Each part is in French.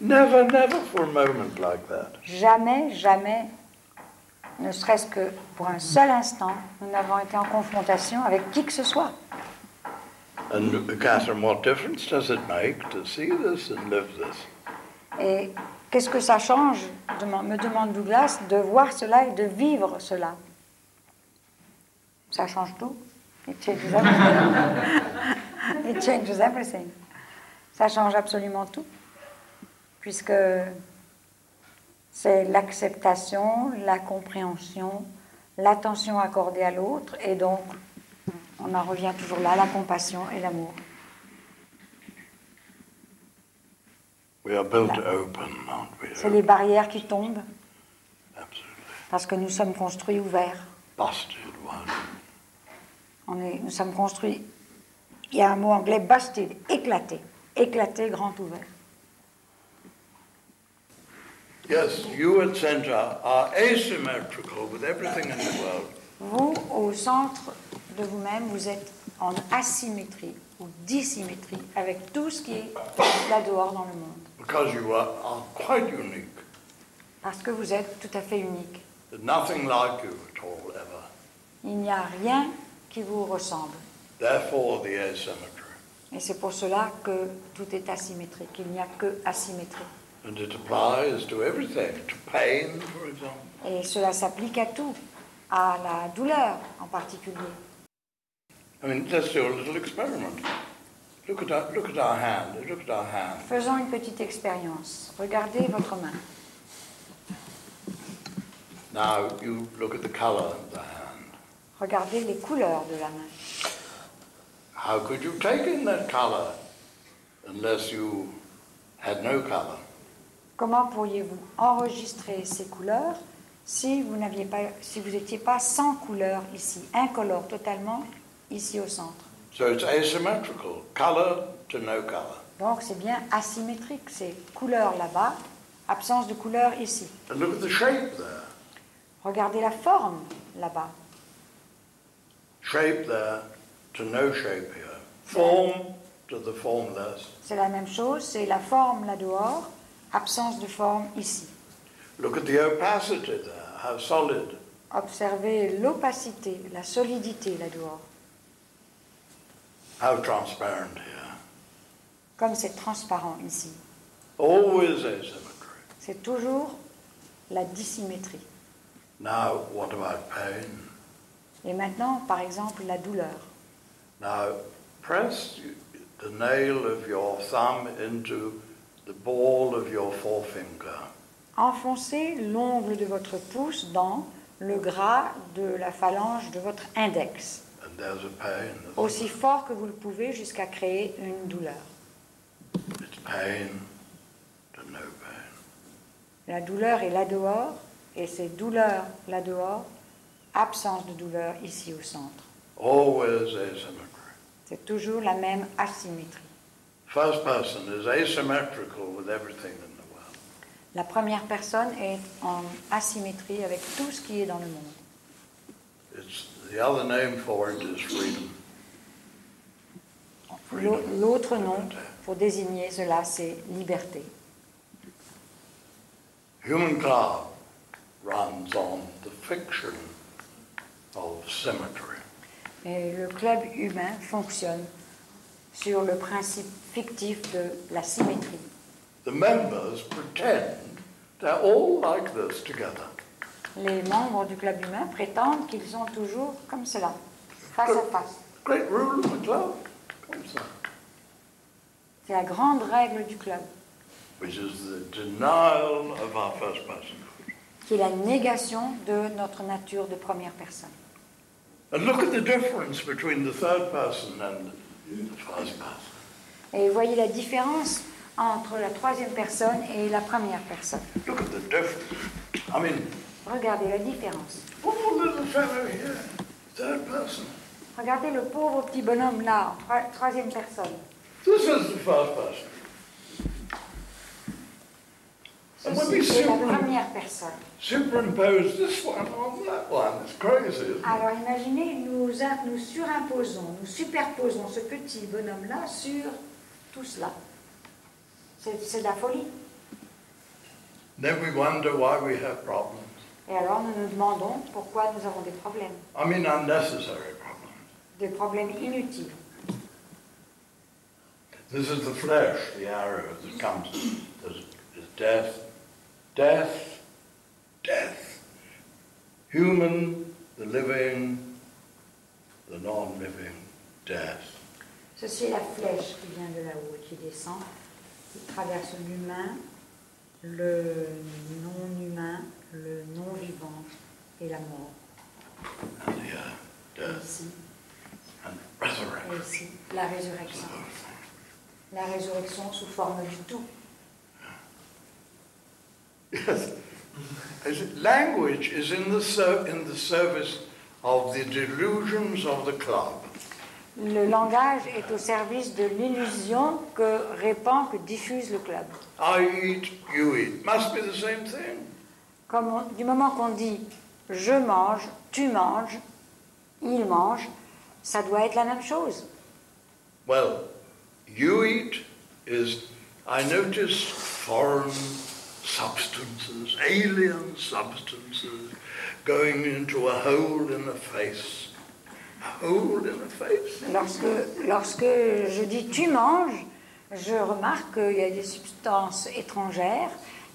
Never, never for a moment like that. Jamais, jamais, ne serait-ce que pour un seul instant, nous n'avons été en confrontation avec qui que ce soit. And Catherine, what difference does it make to see this and live this? Et qu'est-ce que ça change, deman- me demande Douglas, de voir cela et de vivre cela Ça change tout. It changes everything. It changes everything. Ça change absolument tout, puisque c'est l'acceptation, la compréhension, l'attention accordée à l'autre, et donc on en revient toujours là, la compassion et l'amour. We are built open, aren't we? C'est les barrières qui tombent Absolutely. parce que nous sommes construits ouverts. Busted one. On est- nous sommes construits. Il y a un mot anglais, busted, éclaté. Éclaté, grand ouvert. Yes, you at centre are asymmetrical with everything in the world. Vous, au centre de vous-même, vous êtes en asymétrie ou dissymétrie avec tout ce qui est là dehors dans le monde. Because you are, are quite unique. Parce que vous êtes tout à fait unique. There's nothing like you at all ever. Il n'y a rien qui vous ressemble. Therefore, the asymmetry. Et c'est pour cela que tout est asymétrique. Il n'y a que asymétrie. And it applies to everything, to pain, for example. Et cela s'applique à tout, à la douleur en particulier. I mean, let's do a little experiment. Look at our, look at our hand. Look at our hand. Faisons une petite expérience. Regardez votre main. Now you look at the colour of the hand. Regardez les couleurs de la main. How could you take in that colour unless you had no colour? Comment pourriez-vous enregistrer ces couleurs si vous n'aviez pas, si vous n'étiez pas sans couleur ici, incolore totalement ici au centre So it's asymmetrical, colour to no colour. Donc c'est bien asymétrique. C'est couleur là-bas, absence de couleur ici. And look at the shape there. Regardez la forme là-bas. Shape there to no shape here. Form to the formless. C'est la même chose. C'est la forme là dehors, absence de forme ici. Look at the opacity there, how solid. Observez l'opacité, la solidité là dehors. How transparent here. Comme c'est transparent ici. Always asymmetry. C'est toujours la dissymétrie. Now, what about pain? Et maintenant, par exemple, la douleur. Now, press the nail of your thumb into the ball of your forefinger. Enfoncez l'ongle de votre pouce dans le gras de la phalange de votre index, And there's a pain. aussi fort que vous le pouvez jusqu'à créer une douleur. It's pain to no pain. La douleur est là dehors, et c'est douleur là dehors, absence de douleur ici au centre. Always asymmetry. C'est toujours la même asymétrie. First person is asymmetrical with everything in the world. La première personne est en asymétrie avec tout ce qui est dans le monde. It's the other name for it is freedom. L'au- L'autre nom pour désigner cela, c'est liberté. Human club runs on the fiction of symmetry. Et le club humain fonctionne sur le principe fictif de la symétrie. The members pretend they're all like this together. Les membres du club humain prétendent qu'ils sont toujours comme cela, face à face. Great rule of the club, comes that, C'est la grande règle du club, which is the denial of our first person. qui est la négation de notre nature de première personne. And look at the difference between the third person and the first person. Et voyez la différence entre la troisième personne et la première personne. Look at the difference. I mean, Regardez la différence. poor little fellow here, third person. Regardez le pauvre petit bonhomme là, en troi- troisième personne. This is the first person. And when we Ceci est la super- première personne. superimpose this one on that one. It's crazy, isn't it? Alors imaginez, nous, in- nous surimposons, nous superposons ce petit bonhomme-là sur tout cela. C'est c'est de la folie. Then we wonder why we have problems. Et alors nous nous demandons pourquoi nous avons des problèmes, I mean, unnecessary problems. des problèmes inutiles. This is the flesh, the arrow that comes. There's, there's death, death, death. Human, the living, the non living, death. Ceci est la flèche qui vient de là-haut, et qui descend, qui traverse l'humain, le non-humain, le non-vivant et la mort. and the uh, death Ici, and et resurrection. ici, la résurrection. La résurrection sous forme du tout. Yes. Is it- Language is in the, ser- in the service of the delusions of the club. Le langage est au service de l'illusion que répand, que diffuse le club. I eat, you eat. Must be the same thing. Comme on- du moment qu'on dit je mange, tu manges, il mange, ça doit être la même chose. Well, you eat is, I notice foreign substances, alien substances, going into a hole in the face. A hole in the face. Lorsque, lorsque je dis tu manges, je remarque qu'il y a des substances étrangères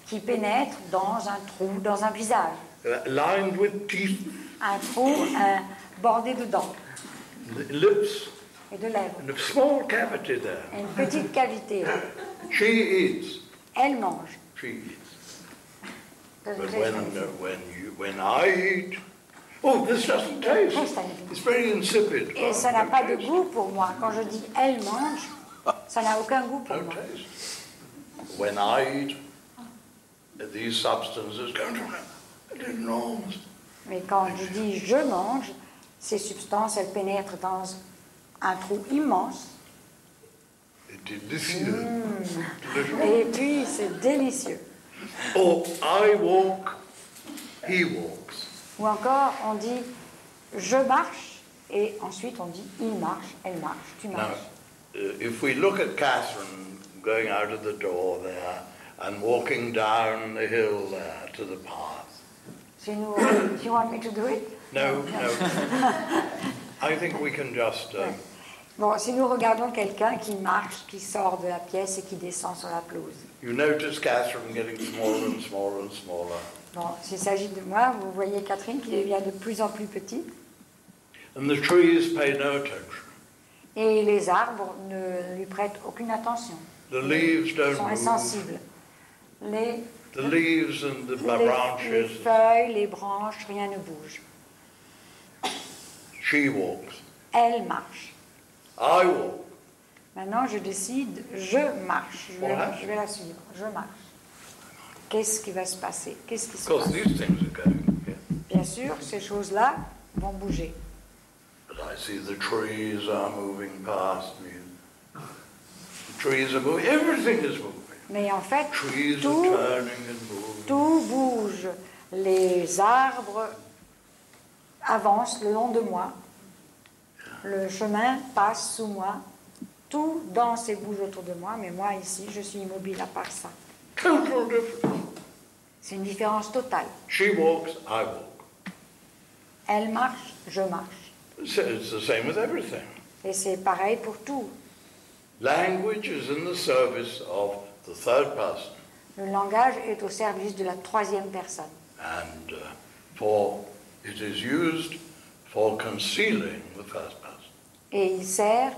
qui pénètrent dans un trou, dans un visage. Uh, lined with teeth, Un trou un- bordé de dents li- lips, et de lèvres. and a small cavity there. Et une petite cavité. She eats. Elle mange. She eats. Ça, But c'est- when, uh, when, you, when I eat, oh, this doesn't taste. It's very insipid. Et ça n'a pas de goût pour moi. Quand je dis elle mange, ça n'a aucun goût pour No moi. taste. When I eat, these substances go into an enormous. Mais quand je dis je mange, ces substances, elles pénètrent dans un trou immense. Delicious. delicious. Et puis, c'est délicieux. Or I walk, he walks. Ou encore, on dit je marche, et ensuite on dit il marche, elle marche, tu Now, uh, marches. if we look at Catherine going out of the door there and walking down the hill there to the path, Si nous, do you want me to do it? no, no. I think we can just. Um, Bon, si nous regardons quelqu'un qui marche, qui sort de la pièce et qui descend sur la pelouse. you notice Catherine getting smaller and smaller and smaller, Bon, s'il s'agit de moi, vous voyez Catherine qui devient de plus en plus petite and the trees pay no attention. et les arbres ne lui prêtent aucune attention. The leaves Ils sont don't move. insensibles. Les, The leaves and the les- les branches. feuilles, les branches, rien ne bouge. She walks. Elle marche. I walk. Maintenant, je décide, je marche. Je vais, Voilà. je vais la suivre. Je marche. Qu'est-ce qui va se passer Qu'est-ce qui Of se course, passe these things are going. Yeah. Bien sûr, ces choses-là vont bouger. But I see the trees are moving past me. The trees are moving. Everything is moving. Mais en fait, Trees tout, are turning and moving. tout bouge. Les arbres avancent le long de moi. Le chemin passe sous moi. Tout danse et bouge autour de moi, mais moi ici, je suis immobile à part ça. Total difference. C'est une différence totale. She walks, I walk. Elle marche, je marche. So it's the same with everything. Et c'est pareil pour tout. Language is in the service of the third person. Le langage est au service de la troisième personne. And uh, for it is used for concealing the first person. Et il sert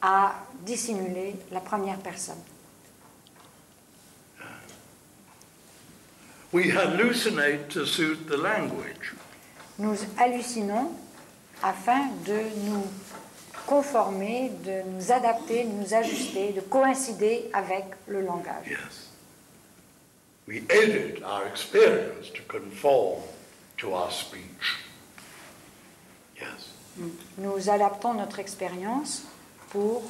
à dissimuler la première personne. We hallucinate to suit the language. Nous hallucinons afin de nous conformer, de nous adapter, de nous ajuster, de coïncider avec le langage. Yes. We edit our experience to conform to our speech. Yes. Nous adaptons notre expérience pour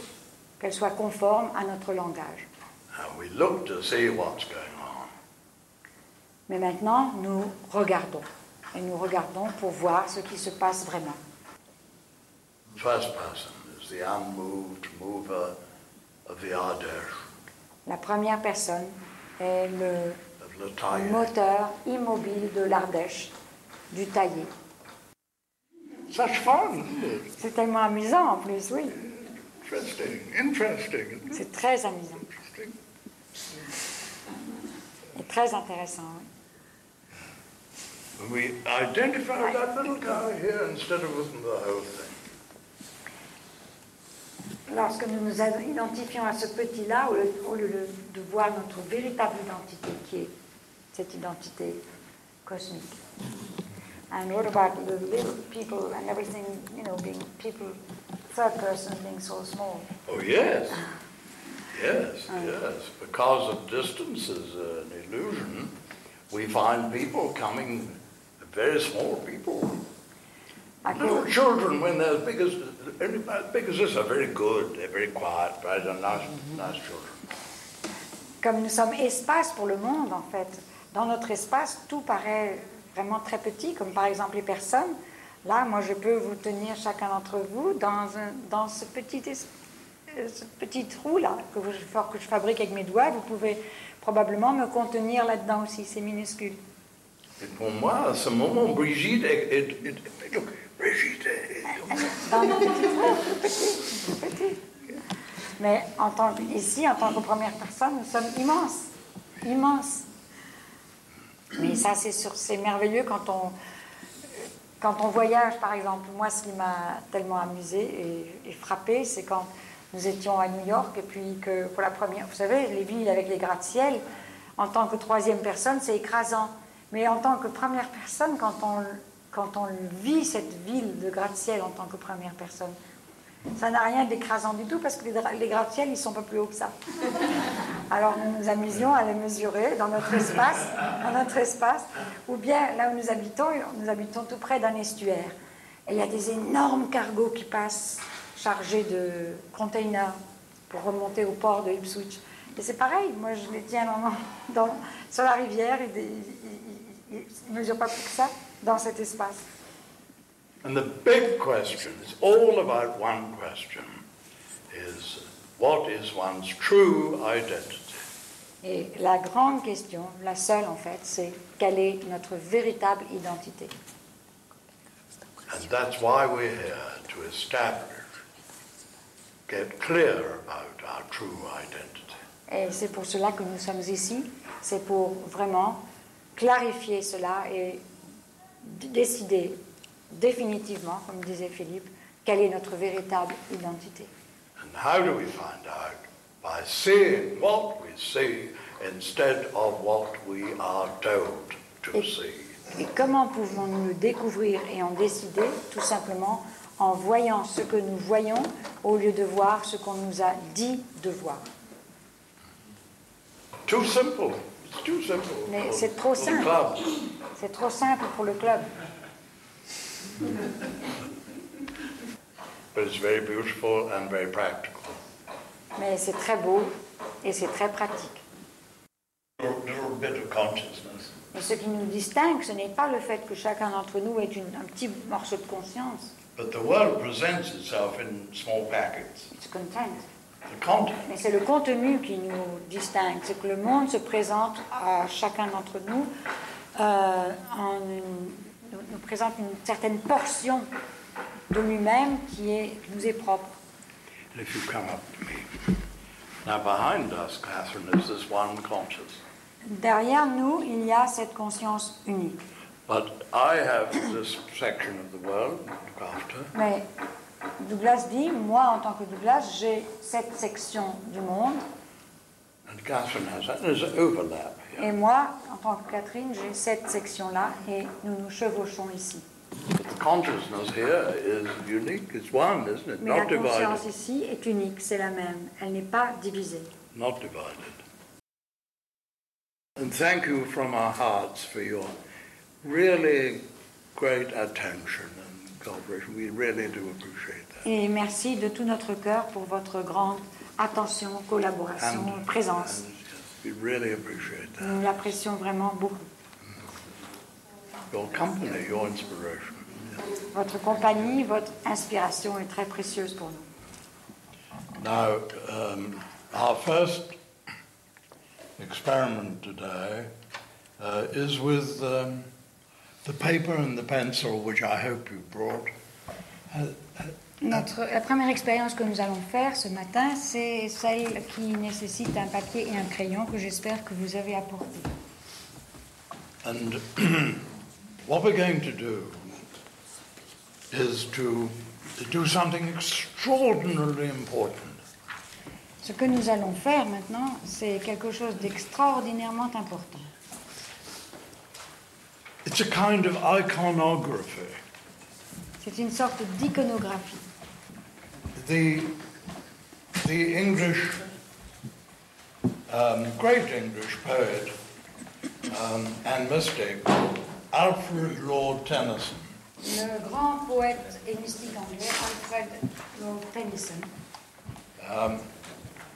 qu'elle soit conforme à notre langage. And we look to see what's going on. Mais maintenant, nous regardons. Et nous regardons pour voir ce qui se passe vraiment. First person is the unmoved mover of the Ardèche, La première personne est le of le taille. moteur immobile de l'Ardèche, du taillé. Such fun, isn't it? C'est tellement amusant en plus, oui. Interesting, interesting, isn't it? C'est très amusant Interesting. et très intéressant. And oui. we identify that little guy here instead of with the whole thing. Lorsque nous nous identifions à ce petit-là, au lieu, au lieu de- de voir notre véritable identité, qui est cette identité cosmique. And what about the little people and everything, you know, being people, third person being so small? Oh, yes. Yes, yes. Because of distance is an illusion, we find people coming, very small people. À Little cause, children, when they're as big as, as big as this, are very good, they're very quiet, very nice, nice children. comme nous sommes espace pour le monde, en fait, dans notre espace, tout paraît vraiment très petit, comme par exemple les personnes. Là, moi, je peux vous tenir chacun d'entre vous dans, un- dans ce, petit es- euh, ce petit trou là que, vous- que je fabrique avec mes doigts. Vous pouvez probablement me contenir là-dedans aussi. C'est minuscule. Et pour moi, à ce moment, Brigitte est... est- est- look, Brigitte est- Dans le petit trou, tout petit, tout petit. Mais en tant que- ici, en tant que première personne, nous sommes immenses, immenses. Mais ça, c'est sur- c'est merveilleux quand on, quand on voyage, par exemple. Moi, ce qui m'a tellement amusé et, frappé, c'est quand nous étions à New York et puis que pour la première, vous savez, les villes avec les gratte-ciel, en tant que troisième personne, c'est écrasant. Mais en tant que première personne, quand on, quand on vit cette ville de gratte-ciel en tant que première personne, ça n'a rien d'écrasant du tout parce que les, dra- les gratte-ciel, ils sont pas plus hauts que ça. Alors nous nous amusions à les mesurer dans notre espace, dans notre espace, ou bien là où nous habitons, nous habitons tout près d'un estuaire. Et il y a des énormes cargos qui passent chargés de containers pour remonter au port de Ipswich. Et c'est pareil, moi je les tiens dans- dans- sur la rivière, et des- ils ne mesurent pas plus que ça dans cet espace. And the big question, it's all about one question, is what is one's true identity? Et la grande question, la seule en fait, c'est quelle est notre véritable identité And that's why we're here, to establish, get clear about our true identity. Et c'est pour cela que nous sommes ici, c'est pour vraiment clarifier cela et d- décider définitivement, comme disait Philippe, quelle est notre véritable identité. And how do we find out? By seeing what we see instead of what we are told to see. Et comment pouvons-nous le découvrir et en décider Tout simplement en voyant ce que nous voyons au lieu de voir ce qu'on nous a dit de voir. Too simple. It's too simple. Mais for- c'est trop for the simple. club. C'est trop simple pour le club, But it's very beautiful and very practical. mais c'est très beau et c'est très pratique. Little, little bit of consciousness. Et ce qui nous distingue, ce n'est pas le fait que chacun d'entre nous ait une- un petit morceau de conscience, But the world presents itself in small packets. it's content. The content. Mais c'est le contenu qui nous distingue, c'est que le monde se présente à chacun d'entre nous, euh, en une- nous, nous présente une certaine portion de lui-même qui, est, qui nous est propre. And if you come up to me. Now behind us, Catherine, is this one consciousness. Derrière nous, il y a cette conscience unique. But I have this section of the world to look after. Mais Douglas dit, moi en tant que Douglas, j'ai cette section du monde And Catherine has that. There's an overlap here. Et moi, en tant que Catherine, j'ai cette section-là et nous nous chevauchons ici. But the consciousness here is unique. It's one, isn't it? Mais Not la conscience divided. ici est unique, c'est la même. Elle n'est pas divisée. Not divided. And thank you from our hearts for your really great attention and cooperation. We really do appreciate that. Et merci de tout notre cœur pour votre grande attention, collaboration, And- présence. and, yes, we really appreciate that. Nous l'apprécions vraiment beaucoup. Your company, your inspiration. Yes. Votre compagnie, votre inspiration est très précieuse pour nous. Now, um, our first experiment today uh, is with um, the paper and the pencil, which I hope you brought. Uh, Notre, la première expérience que nous allons faire ce matin, c'est celle qui nécessite un papier et un crayon que j'espère que vous avez apporté. And what we're going to do is to do something extraordinarily important. Ce que nous allons faire maintenant, c'est quelque chose d'extraordinairement important. It's a kind of iconography. C'est une sorte d'iconographie. The, the English, um, great English poet um, and mystic, Alfred Lord Tennyson, Le grand poète et mystique anglais Alfred Lord Tennyson,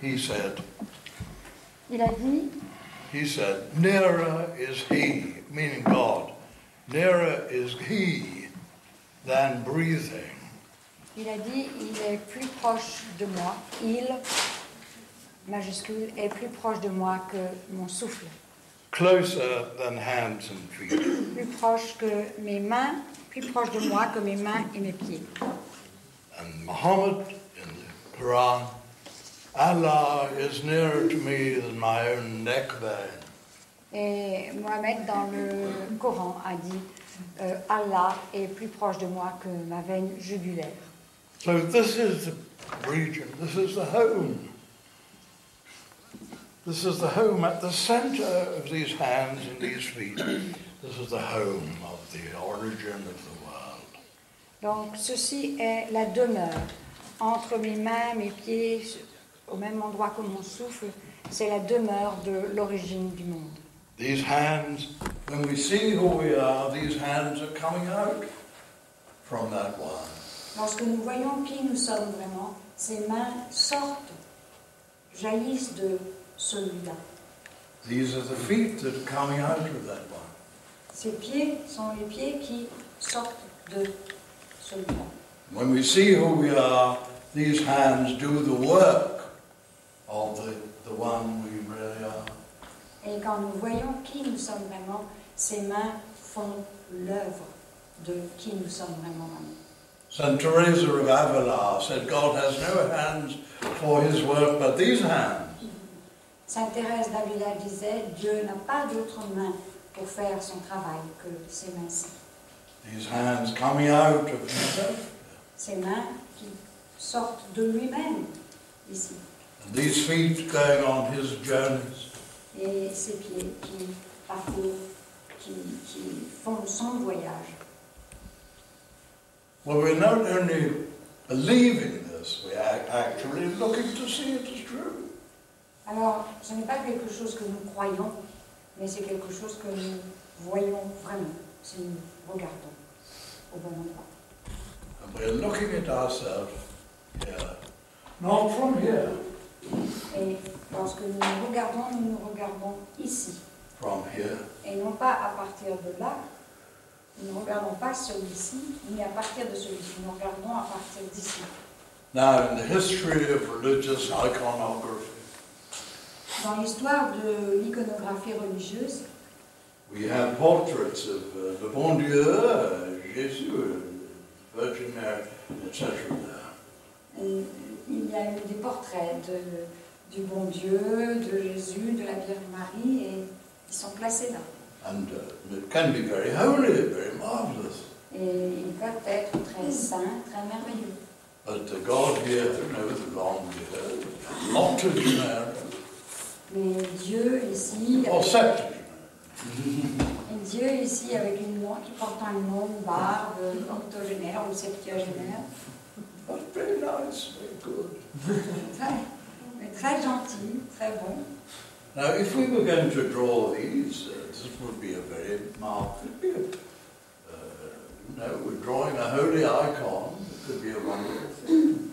he said, il a dit he said, nearer is he, meaning God, nearer is he than breathing. Il a dit, il est plus proche de moi, il, majuscule, est plus proche de moi que mon souffle, closer than hands and feet. plus proche que mes mains, plus proche de moi que mes mains et mes pieds. And Muhammad in the Quran, Allah is nearer to me than my own neck vein. Et Mohamed, dans le Coran, a dit, euh, Allah est plus proche de moi que ma veine jugulaire. So this is the region, this is the home. This is the home at the center of these hands and these feet. This is the home of the origin of the world. Donc ceci est la demeure. Entre mes mains, mes pieds, au même endroit que mon souffle, c'est la demeure de l'origine du monde. These hands, when we see who we are, these hands are coming out from that one. Lorsque nous voyons qui nous sommes vraiment, ces mains sortent, jaillissent de celui-là. These are the feet that are coming out of that one. Ces pieds sont les pieds qui sortent de celui-là. When we see who we are, these hands do the work of the, the one we really are. Et quand nous voyons qui nous sommes vraiment, ces mains font l'œuvre de qui nous sommes vraiment. St. Teresa of Avila said, God has no hands for his work but these hands. Sainte Thérèse d'Avila disait, Dieu n'a pas d'autre main pour faire son travail que ces mains-ci. These hands coming out of himself. Ces mains qui sortent de lui-même ici. And these feet going on his journeys. et ses pieds qui parcourent, qui, qui font son voyage. Well, we're not only believing this, we're ac- actually looking to see it as true. Alors, ce n'est pas quelque chose que nous croyons, mais c'est quelque chose que nous voyons vraiment si nous regardons au bon endroit. And we're looking at ourselves here, not from here, Et lorsque nous nous regardons, nous nous regardons ici, from here. et non pas à partir de là. Nous ne regardons pas celui-ci, ni à partir de celui-ci. Nous regardons à partir d'ici. Now, in the history of religious iconography, Dans l'histoire de l'iconographie religieuse, we have portraits of uh, the Bon Dieu, uh, Jésus, uh, Virgin Mary, etc. Euh, Il y a eu des portraits de- du bon Dieu, de Jésus, de la Vierge Marie, et ils sont placés là. And uh, it can be very holy, very marvelous. Et ils peuvent être très saints, très merveilleux. But the God here, you know, the long year, not to Mary, Mais Dieu ici, or avec, Septuagint. et Dieu ici avec une longue, qui portant une longue barbe, octogénaire ou septuagénaire, That's very nice, very good. très, mais très gentil, très bon. Now, if we were going to draw these, uh, this would be a very marked bit. Uh, you know, we're drawing a holy icon. It could be a wonderful thing.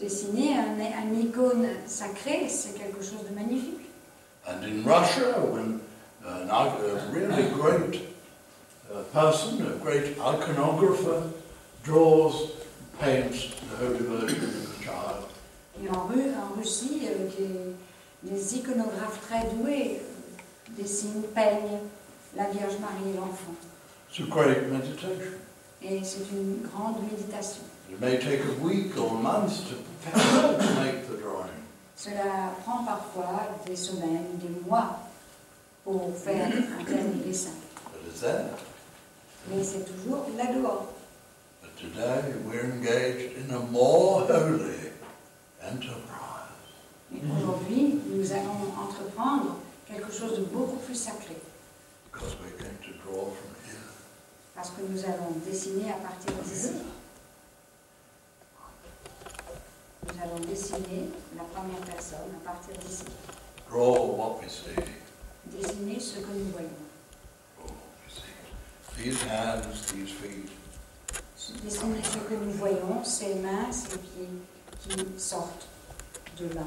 Dessiner un, un icône sacré, c'est quelque chose de magnifique. And in Russia, when uh, an, ic- a really great uh, person, a great iconographer, draws, paints the Holy Virgin and the Child, Et en, Ru- en Russie, euh, des, des iconographes très doués euh, dessinent, peignent la Vierge Marie et l'enfant. It's a great meditation. Et c'est une grande méditation. It may take a week or months to prepare to make the drawing. Cela prend parfois des semaines, des mois pour faire un dernier dessin. But it's there. Mais c'est toujours là-dehors. But today we're engaged in a more holy enterprise. Mais aujourd'hui, nous allons entreprendre quelque chose de beaucoup plus sacré. Because we're going to draw from here. Parce que nous allons dessiner à partir d'ici. Nous allons dessiner la première personne à partir d'ici. Draw what we see. Dessiner ce que nous voyons. Draw what we see. These hands, these feet. Dessiner ce que nous voyons, ses mains, ses pieds qui sortent de là.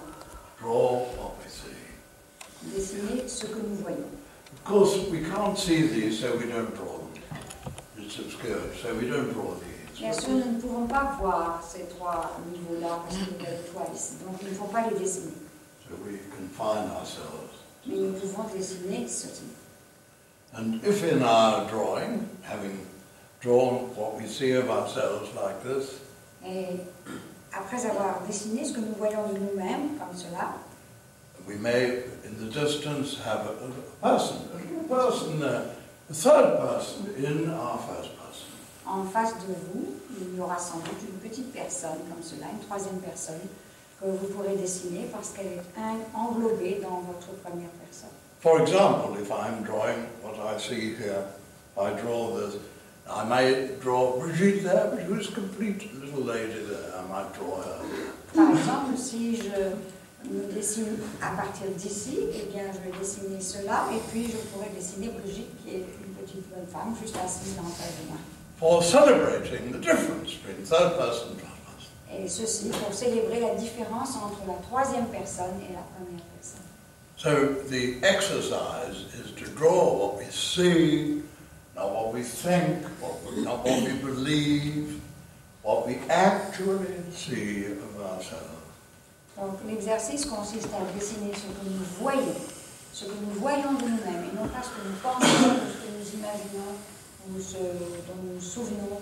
Draw what we see. Dessiner ce que nous voyons. Of course, we can't see these, so we don't draw them. It's obscure, so we don't draw Bien these. sûr, nous ne pouvons pas voir ces trois niveaux-là parce qu'il y a le toit ici. Donc, il ne faut pas les dessiner. So we confine ourselves. Mais nous pouvons dessiner ce qui And if in our drawing, having drawn what we see of ourselves like this, Et après avoir dessiné ce que nous voyons de nous-mêmes, comme cela, we may, in the distance, have a, a person, a little person there, a third person in our first person. en face de vous, il y aura sans doute une petite personne, comme cela, une troisième personne, que vous pourrez dessiner parce qu'elle est un- englobée dans votre première personne. For example, if I'm drawing what I see here, I draw this. I may draw Brigitte there, but who's complete little lady there. I might draw her. Par exemple, si je me dessine à partir d'ici, eh bien, je vais dessiner cela et puis je pourrai dessiner Brigitte, qui est une petite bonne femme, juste assise en face de moi. For celebrating the difference between third person and first person. Et ceci pour célébrer la différence entre la troisième personne et la première personne. So the exercise is to draw what we see, not what we think, what we, not what we believe, what we actually see of ourselves. Donc l'exercice consiste à dessiner ce que nous voyons, ce que nous voyons de nous-mêmes, et non pas ce que nous pensons, ou ce que nous imaginons, ou ce dont nous nous souvenons.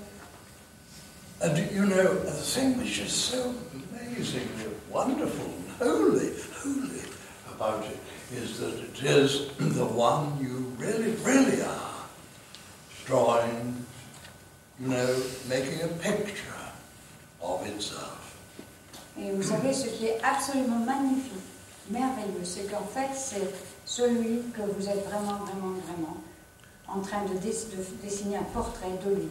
And you know, the thing which is so amazingly wonderful and holy, holy about it is that it is the one you really, really are. Drawing, you know, making a picture of itself. Et vous savez, ce qui est absolument magnifique, merveilleux, c'est qu'en fait, c'est celui que vous êtes vraiment, vraiment, vraiment en train de, dess- de dessiner un portrait de lui.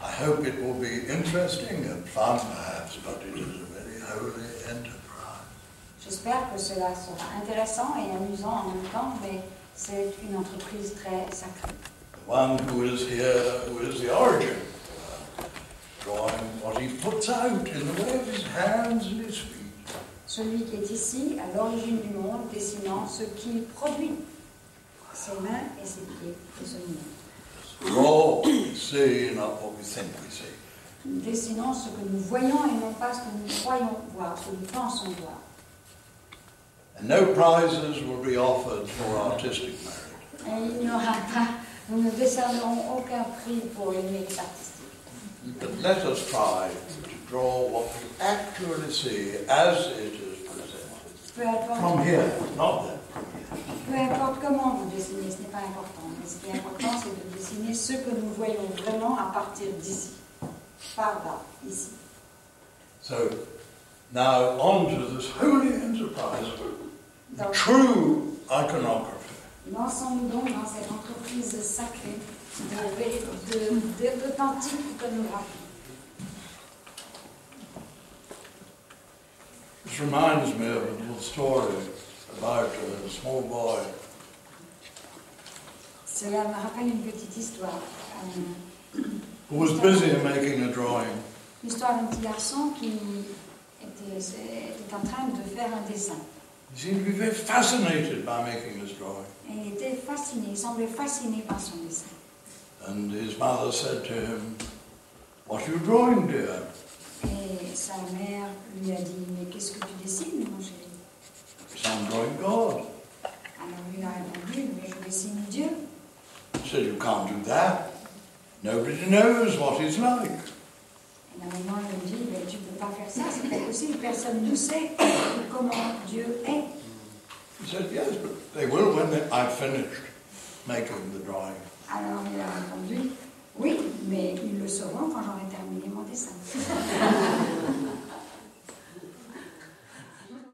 I hope it will be interesting and fun perhaps, but it is a very holy enterprise. J'espère que cela sera intéressant et amusant en même temps, mais c'est une entreprise très sacrée. The one who is here, who is the origin, uh, drawing what he puts out in the way of his hands and his feet. Celui qui est ici, à l'origine du monde, dessinant ce qu'il produit, ses mains et ses pieds et ce monde. Draw what we see, not what we think we see. Dessinant ce que nous voyons et non pas ce que nous croyons voir, ce que nous pensons voir. And no prizes will be offered for artistic merit. Et il n'y aura pas, nous ne décernerons aucun prix pour les mérites artistiques. But let us try to draw what we actually see as it is presented. Peu importe, From here, not there, from here. peu importe comment vous dessinez, ce n'est pas important. Mais ce qui est important, c'est de dessiner ce que nous voyons vraiment à partir d'ici. Par là, ici. So now on to this holy enterprise, Dans- true iconography. Lançons-nous donc dans cette entreprise sacrée de vé- de- de- d'authentique iconographie. This reminds me of a little story about a small boy. Cela me rappelle une petite histoire. Euh, who was busy making a drawing. L'histoire d'un petit garçon qui était, était en train de faire un dessin. He seemed to be very fascinated by making his drawing. Et il était fasciné, il semblait fasciné par son dessin. And his mother said to him, What are you drawing, dear? Et sa mère lui a dit Mais qu'est-ce que tu dessines, mon chéri He said, I'm drawing God. Alors lui a répondu Mais je dessine Dieu. said, you can't do that. Nobody knows what he's like. Et la maman elle me dit, mais tu ne peux pas faire ça, c'est pas possible, personne ne sait comment Dieu est. He said, yes, but they will when they, I've finished making the drawing. Alors il a répondu, oui, mais ils le sauront quand j'aurai terminé mon dessin.